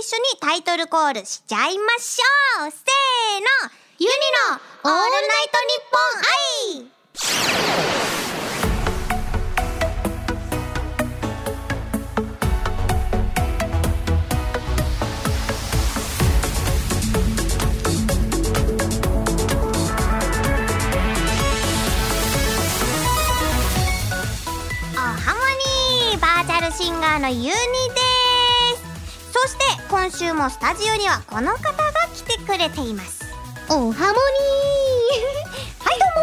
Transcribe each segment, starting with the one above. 一緒にタイトルコールしちゃいましょうせーのユニのオールナイトニッポン愛おはもにバーチャルシンガーのユニですそして今週もスタジオにはこの方が来てくれていますおはもにーはいどうも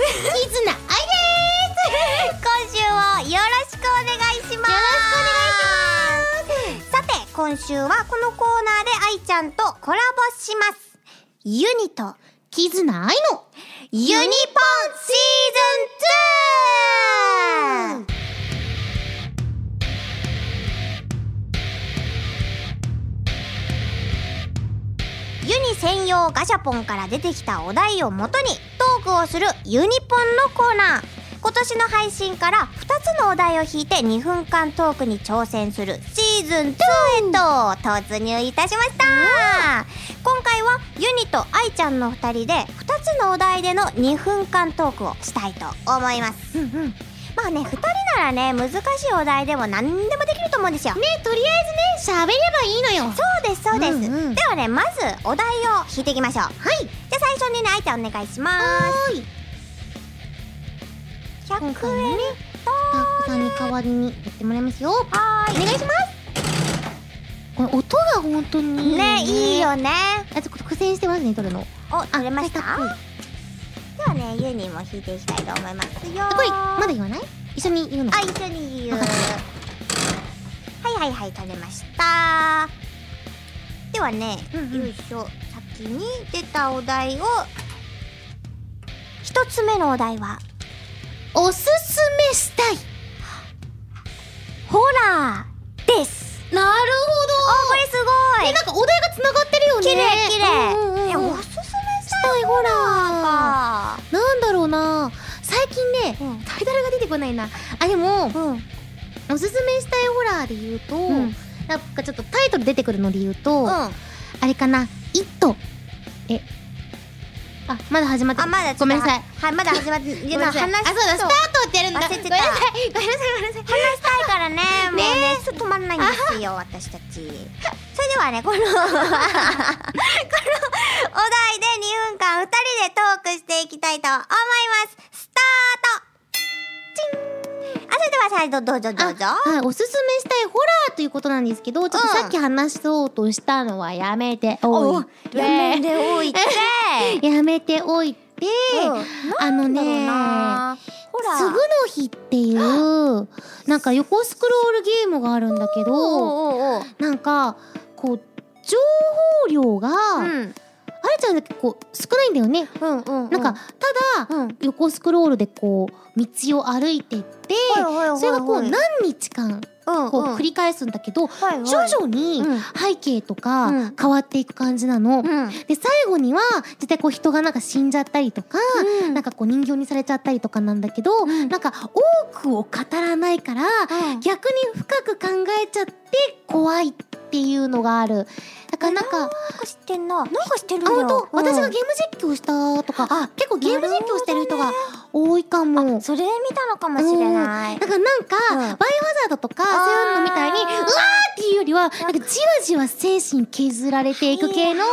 ーいずなあいでーす今週もよろしくお願いしますろしくお願いよしますさて今週はこのコーナーで愛ちゃんとコラボしますユニときずなあいのユニポンシーズン 2! ユニ専用ガシャポンから出てきたお題をもとにトークをするユニポンのコーナー今年の配信から2つのお題を引いて2分間トークに挑戦するシーズン2へと突入いたしました今回はユニと愛ちゃんの2人で2つのお題での2分間トークをしたいと思いますうんうんねまあね2人ならね難しいお題でも何でもできると思うんですよとりあえずね喋ればいいのよそうですそうです、うんうんではねまずお題を引いていきましょうはいじゃあ最初にね愛ちゃんお願いしますはーい100円今回ねスタッフさんに代わりにやってもらいますよはーいお願いしまこれ音が本当にいいよねいいよねあちょっと苦戦してますね撮るのお取れましたはいではねユニも引いていきたいと思いますよこれまだ言わない一緒に言うのあ一緒に言うはいはいはい取れましたではね、うんうんよいしょ先に出たお題を一つ目のお題はおすすめしたいホラーですなあるこれすごいえなんかお題がつながってるよね綺麗綺うんうんうん麗えうんおすすめしたしたいホラいーかなんだろうな最近ねうんタイトルが出てこないなあでもうんおすすめしたいホラーで言うと、うんなんかちょっとタイトル出てくるので言うと、ああれかな「イット!」えあまだ始まってまだちょっとごめんなさいはいまだ始まって ご今めんなさい話あそうだスタートってやるんだ忘れてたごめんなさいごめんなさいごめんなさい話したい からねもうねちょっと止まんないんですよ私たちそれではねこの このお題で2分間2人でトークしていきたいと思いますスタートチンあそれでは再度どうぞどうぞあはい、おすすめしたいホラーということなんですけどちょっとうんさっき話そうとしたのはやめておいてやめておいてやめておいて、あのねほらすぐの日っていう、 なんか横スクロールゲームがあるんだけど、おうおうおうなんか、こう、情報量が、うあれんちゃんだけこう、少ないんだよね。うんうんなんか、ただ、うん横スクロールでこう、道を歩いていって、それがこう、何日間、こう、繰り返すんだけど、り徐々にうん背景とうかん変わっていく感じなの。々で、最後には、絶対こう、人がなんか死んじゃったりとか、なんかこう人形にされちゃったりとかなんだけど、んなんか多くを語らないから、うん逆に深く考えちゃって怖いっていうのがある。だからなんか、なんか知ってんな。なんか知ってるあ、よ。本当、私がうんゲーム実況したとか、あ結構ゲーム実況してる人が多いかも。それで見たのかもしれない。だからなんか、うんバイオハザードとか、そういうのみたいに、あうーわーっていうよりは、なんかじわじわ精神削られていく系の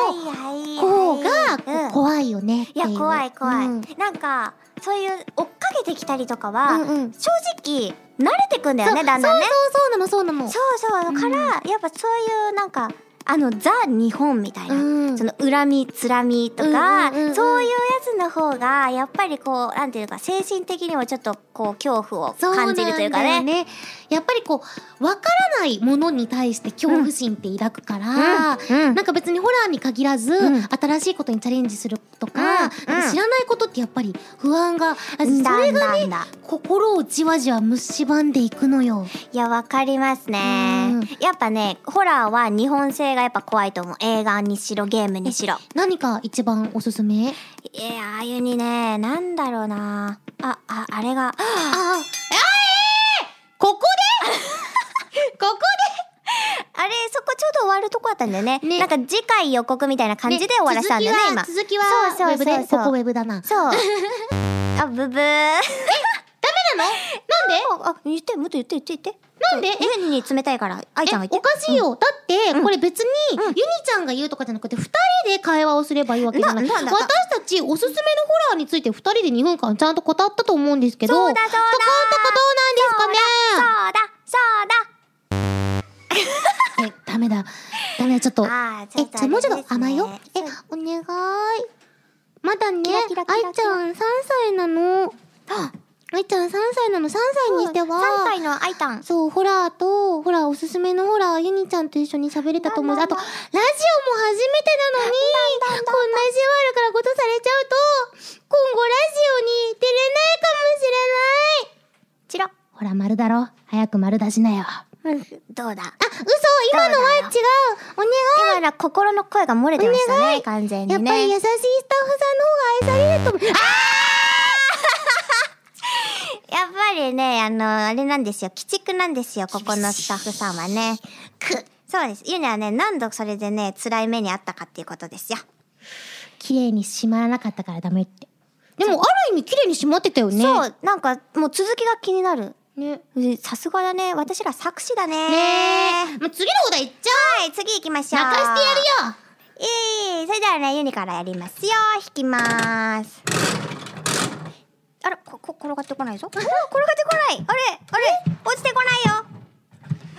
子方が、こう怖いよねっていいう。や怖い怖い。うんなんかそういう追っかけてきたりとかうんはうん正直慣れてくんだよねだんだんね。そうそうそうなのそうそうそうからやっぱそういうなんかあのザ日本みたいなの。な。んその恨みつらみとか、うんうんうんうんそういうやつの方がやっぱりこうなんていうか精神的にもちょっとこう恐怖をそうな感んだじるというかね。よね。やっぱりこう、わからないものに対して恐怖心って抱くから、うんなんか別にホラーに限らず、うん新しいことにチャレンジするとか、うんなんか知らないことってやっぱり不安が、それがだんだんね、だ心をじわじわ蝕んでいくのよ。いや、わかりますねうん。やっぱね、ホラーは日本製がやっぱ怖いと思う。映画にしろ、ゲームにしろ。何か一番おすすめいや、ああいうにね、なんだろうな。あ、あ、あれが、あ、あえーここでここあれ、そこちょうどるとこだったんだよねねなんか次回予告みたいな感じで終わらせたんだよね今続きは続きそはうそうそうそうウェブでここウェブだななんで そうあブブーああ言ってもっと言って言って言ってなんでえゆに冷たいから愛ちゃんが言ってえおかしいよ、だって、うんこれ別に、うんユニちゃんが言うとかじゃなくて二人で会話をすればいいわけじゃないなな私んだたちおすすめのホラーについて二人で2分間ちゃんと語ったと思うんですけどそうだそうだどうそうなだそうだんですかねえダメだダメだちょっとあーえじゃあもうちょっと甘えよう、ええお願いまだねキラキラキラキラ愛ちゃん3歳なの 愛ちゃん3歳なの3歳にしては、 3歳の愛たんそう、ホラーと、ホラーおすすめのホラー、ユニちゃんと一緒に喋れたと思うし。なんあだと、ラジオも初めてなのに、こんな意地悪からことされちゃうと、今後ラジオに出れないかもしれない。チラほら、丸だろ。早く丸出しなよ。あ、どうだ嘘今のは違うお願今ら心の声が漏れてましたね完全いやにっぱりね優しいスタッフさんの方が愛されると思う。やっぱりねあのあれなんですよ鬼畜なんですよここのスタッフさんはねくそうですゆにはね何度それでね辛い目にあったかっていうことですよ綺麗に閉まらなかったからダメって。でも、ある意味綺麗に閉まってたよね。そうなんかもう続きが気になるね。さすがだね私ら作詞だねねえ。もう次のお題いっちゃはい次行きましうょう泣かしてやるよえー、それではねユニからやりますよ引きまーすあれここ転がってこ ないぞおー転がってこないあれあれ落ちてこないよ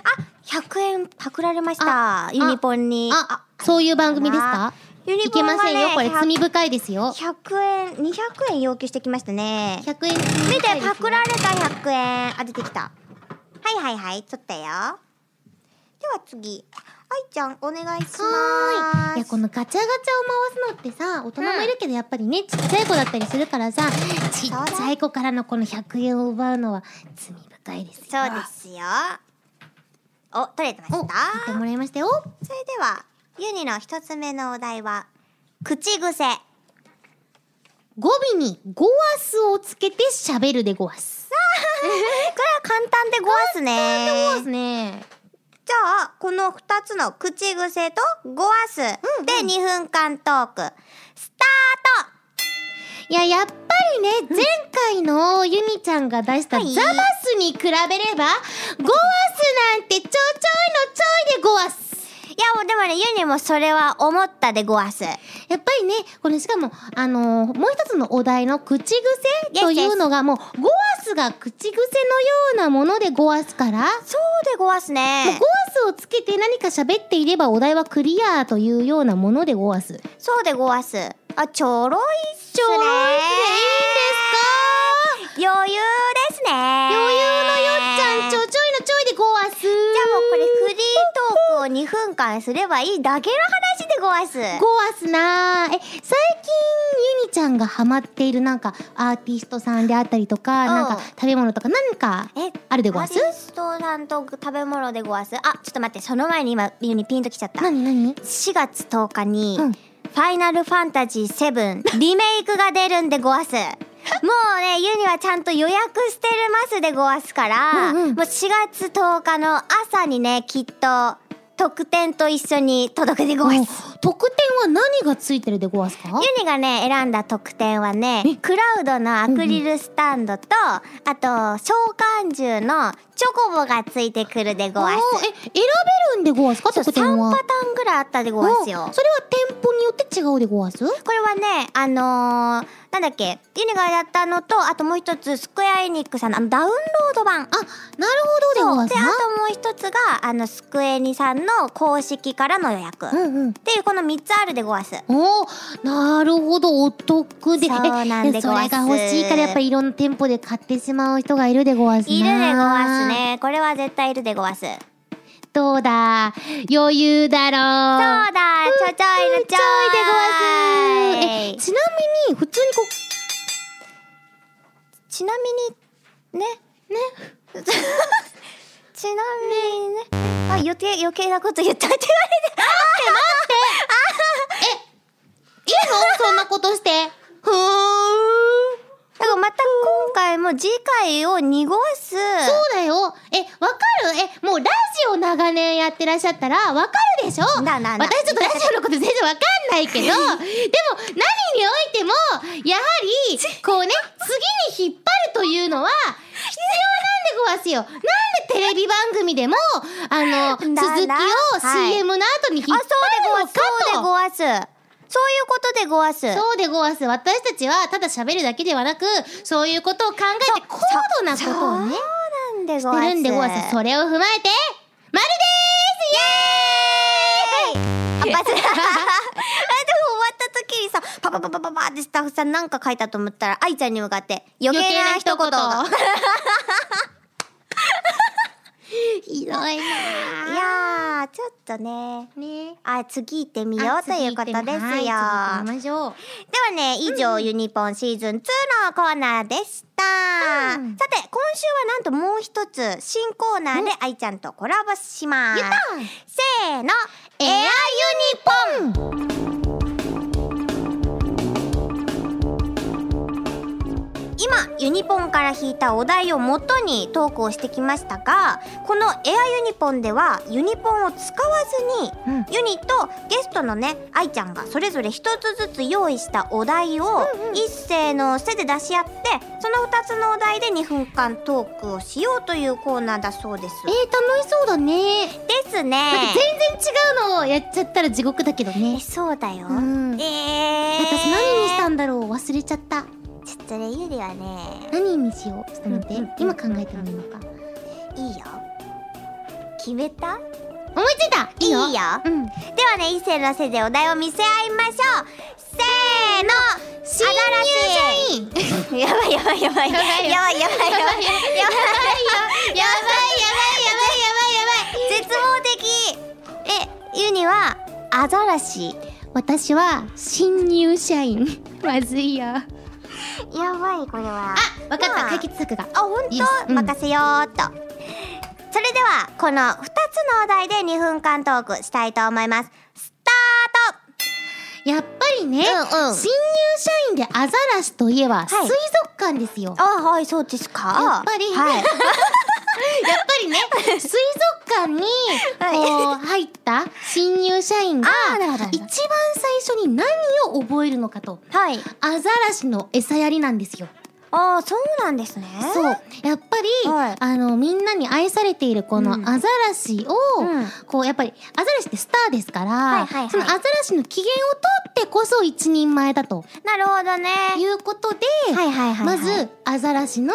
あ100円パクられましたあユニポンにあ、そういう番組ですかユニいポけンはませんよ。これね罪深いですよ。 100円200円要求してきましたね100円見見てパクられた100円あ出てきたはいはいはい取ったよでは次愛ちゃんお願いしまいやすこのガチャガチャを回すのってさ大人もいるけどやっぱりねちっちゃい子だったりするからさちっちゃい子からのこの100円を奪うのは罪深いですよそうですよお取れてましお、た買ってもらいましたよそれではユニの一つ目のお題は 口癖語尾にゴアスをつけて喋るでゴアスこれは簡単でごわすそうねですねじゃあこの二つの口癖とごわすで2分間トークスタートいや、やっぱりね、前回のユニちゃんが出したはザバいスに比べれば、ゴアスなんてちょちょいのちょいでゴアス。いやもうでもねユニもそれは思ったでごわすやっぱりね、これしかも、あのーもう一つのお題の口癖というのが、もう、ゴアスが口癖のようなものでゴアスから、もうそうでごわすゴアねスをつけて何か喋っていればお題はクリアというようなものでゴアス。そうでごわすあちょろいっすねちょろいいっいんですか余裕ですね余裕のよっちゃん、ちょちょいのちょいでゴアス。じじゃゃあもうこれフリートークを2分間すればいいだけの話でごわす。ゴアスなーえ最近ユニちゃんがハマっているなんかアーティストさんであったりとか、うんなんか食べ物とか何かえあるでアごわーすティストさんと食べ物でごわす。あ、ちょっと待って、その前に今、ユニピンときちゃった。何何4月10日に、うんファイナルファンタジー7リメイクが出るんでご わす。もうね、ユニはちゃんと予約してるますでごわすから、うんうんもう4月10日の朝にね、きっと、特典と一緒に届けてごわす。お特典は何がついてるでごわすかユニがね選んだ特典はねえクラウドのアクリルスタンドと、あと召喚獣のチョコボがついてくるでごおわーすえ選べるんでごわすかそう特3パタ典はーンぐらいあったでごわすおよーそれは店舗によって違うでごわすこれはねあのー、なんだっけユニがやったのとあともう一つスクエアエニックさんのあのダウンロード版あなるほどでごそうわですあとなもう一つがあのスクエニさんの公式からの予約、っうんうんていうこの3つあるでごわすおーなるほどお得でそうなんでごそわすれが欲しいからやっぱりいろんな店舗で買ってしまう人がいるでごわすないるでごわすねこれは絶対いるでごわすどうだ余裕だそうろうだ、ちょちょいのちょいでごわえす。ちなみに普通にこちちなみに、ね。ね。 ちなみにね。あ、余計、余計なこと 言ったっていいのそんなことしてふーん言われて。だからまた今回もう次回を濁す。そうだよえわかるえもうラジオ長年やってらっしゃったらわかるでしょなあなあなあ私ちょっとラジオのこと全然わかんな いけどでも何においてもやはりこうね次に引っ張るというのは必要なんでごわすよなんでテレビ番組でもあの続なあきなあをはい CM の後に引っあ、そう張でるごのわかす。そうでとごわす。そういうことでごわす。そうでごわす私たちはただ喋るだけではなくそういうことを考えて高度なことをねそうなんでごてわす。るんでごわす。それを踏まえて、まるでーすイエーイあバズあでも終わった時にさパパパパパパってスタッフさんなんか書いたと思ったら愛ちゃんに向かって余計な一言が余計 ひどいいなやーちょっとねねあ次行ってみ見ようということですよではい、は次行ってみましょう。ね以上、ユニポンシーズン2のコーナーでした、うんさて今週はなんともう一つ新コーナーで愛ちゃんとコラボしますやったせーのエアユニポン今ユニポンから引いたお題を元にトークをしてきましたがこの「エアユニポン」ではユニポンを使わずにうんユニとゲストのね愛ちゃんがそれぞれ一つずつ用意したお題をうんうん一斉のせで出し合ってその2つのお題で2分間トークをしようというコーナーだそうです。えー、楽しそうだね。ですなんねか。全然違うのをやっちゃったら地獄だけどえね。そうだよ。うん。え私ー、何にしたんだろう忘れちゃった。ちょっとねゆりはね何にしようちょっと待って、うんうんうん今考えてもいいのか。いいよ。決めた思いついたいいよいいようん。ではね、一斉のせいでお題を見せ合いましょう。せーの、新新入社員しい。やばいやばいやばい。やばいよやばいやばいやばいよやばいやばいやばいややばいやばいばい。絶望的。え、ユニはアザラシ。私は新入社員まずいよあやばいこれは。わかった、まあ解決策があ、本いいですう当ん任せよーっと。それではこの2つのお題で2分間トークしたいと思います。スやっぱりね、タート。新入社員でアザラシといえば、水族館ですよあ、はい、そうですか。やっぱりはい。やっぱりね 水族館にこう入った新入社員があーなるほどなる一ほ番最初に何を覚えるのかとはい。アザラシの餌やりなんですよ あー、そうなんですね。そうやっぱり、はいあのみんなに愛されているこのうんアザラシを、うんこうやっぱりアザラシってスターですかいら、はいはいそのアザラシの機嫌を取ってこそ一人前だとなるほどね。いうことで、はいはいはいはいまずアザラシの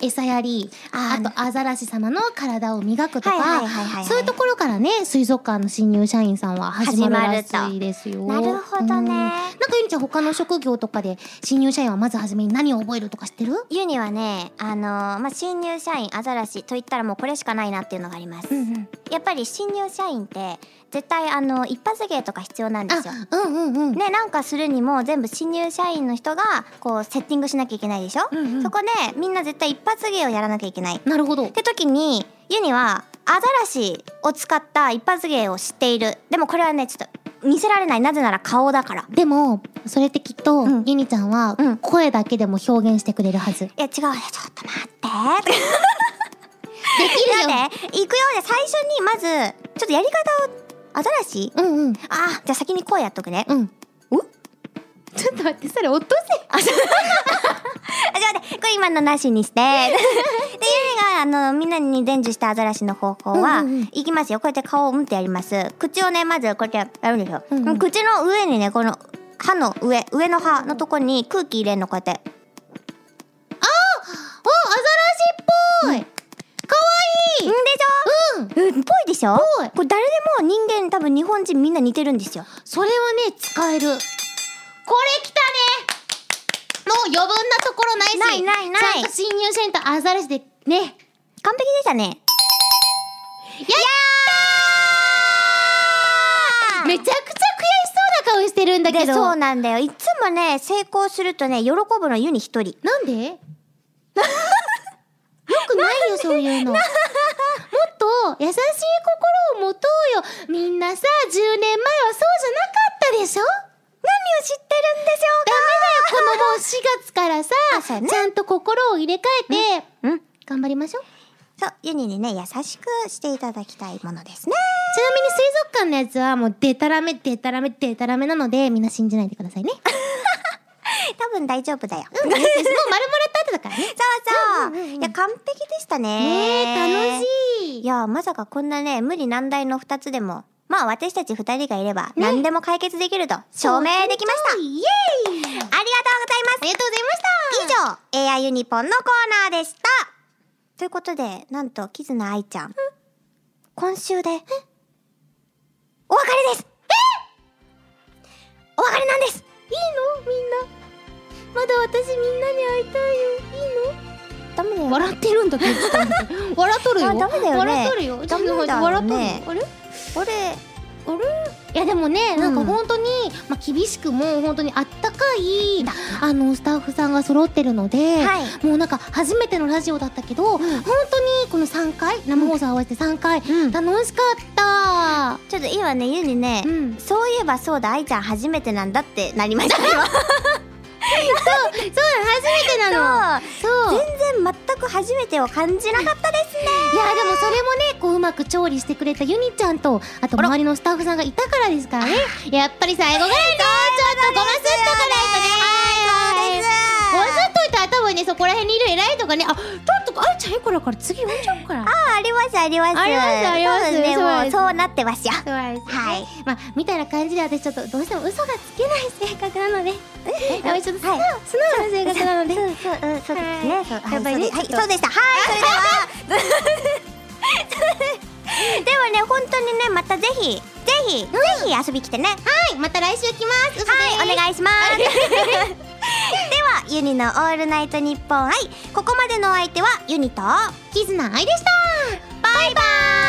餌やりあーあとアザラシ様の体を磨くとか、はいはいはいはいはいそういうところからね水族館の新入社員さんは始まるらしいですよ。なるほどうんねなんかゆりちゃん他の職業とかで新入社員はまず初めに何を覚えるとか知ってるユニはね、あのーまあ、新入社員アザラシと言ったらもうこれしかないなっていうのがあります、うんやっぱり新入社員って絶対あの一発芸とか必要なんですよあ、うんうんうん。ね、なんかするにも全部新入社員の人がこうセッティングしなきゃいけないでしょ、うんうんそこでみんな絶対一発芸をやらなきゃいけないっなるほど。て時にユニはアザラシを使った一発芸を知っているでもこれはねちょっと見せられないなぜなら顔だからでも、それってきっと、うんゆにちゃんはうん、声だけでも表現してくれるはず。でいや違うよちょっと待って きるよ。待って行くよで最初にまずちょっとやり方をアザラシうんうん。あじゃあ先に声やっとくねうん。おちょっと待って、それ落とせ。あじゃあ待ってこれ今のなしにして でユミがあのみんなに伝授したアザラシの方法は、うんうんうんいきますよこうやって顔をうんってやります口をねまずこうやってやるんですよ、うんうん口の上にねこの歯の上上の歯のとこに空気入れんのこうやってお、アザラシっぽい。かんでしわいい。うん。ょうんぽいでしょぽいこれ誰でも人間多分日本人みんな似てるんですよそれはね、使える。これきたね。もう余分なところないし。ないないないちゃんと新入社員とアザラシで、ね。完璧でしたねやったーめちゃくちゃ悔しそうな顔してるんだけでど。そうなんだよいつもね成功するとね喜ぶのユニ一人なんで よくないよそういうのもっと優しい心を持とうよみんなさ10年前はそうじゃなかったでしょ何を知ってるんですよダメだよ、このもう4月からさ、あそうねちゃんと心を入れ替えて、がうん頑張りましょう。そうユニにね優しくしていただきたいものですねちなみに水族館のやつはもうデタラメデタラメデタラメなのでみんな信じないでくだ さいね。うん、多分大丈夫だよ、もう丸もらった後だからね。そうそう,、うんうんうんういんや完璧でしたねねえ、楽いしい。いやまさかこんなね無理難題の2つでもまあ私たち2人がいれば何でも解決できると証明できました、そうイエーイありがとうございまありがとうございます以上 AI ユニポンのコーナーでしたということでなんとキズナアイちゃん今週でお別れですお別れなんですいいのみんな。まだ私みんなに会いたいよ。いいのダメだよ笑ってるんだけど。ちょっと待って笑っとる よ。あダメだよね笑っとるよ。ちょっと待ってダメだよ笑っとるねよ。あれ俺あれいやでもね、なんかうん本当に、まあ、厳しくも本当にあったかいあのスタッフさんが揃ってるので、はいもうなんか初めてのラジオだったけど、本当にこの3回生放送合わせて3回、うん楽しかった、ちょっと今ねユニねうん、そそういえばそうだアイちゃん初めてなんだってなりました今うそうだ初めてなのそうそういや全然全く初めてを感じなかったですねでもそれもねこううまく調理してくれたユニちゃんとあとあら周りのスタッフさんがいたからですからねやっぱり最後ぐらいねちょっとごますっとかないとねはいはいごわさっといたら多分ねそこら辺にいる偉いとかねあちょっとあいちゃんいい子だから次呼んじゃおうからああありますありますありますありますそうですねそうもでうすそうなってますよそうですねはいまあみたいな感じで私ちょっとどうしても嘘がつけない性格なのでやべちょっと素直、は素直な性格なのでそうそううんそうですね。そうはいやっぱりそうでねちすょっとはいそうでした。はいそ れでは。でもね本当にねまたぜひぜひ、ぜひ遊びに来てね。はいまた来週来ます嘘ではいおい願いし ます。ではユニのオールナイトニッポン愛ここまでのお相手はユニとキズナアイでしたバイバイ。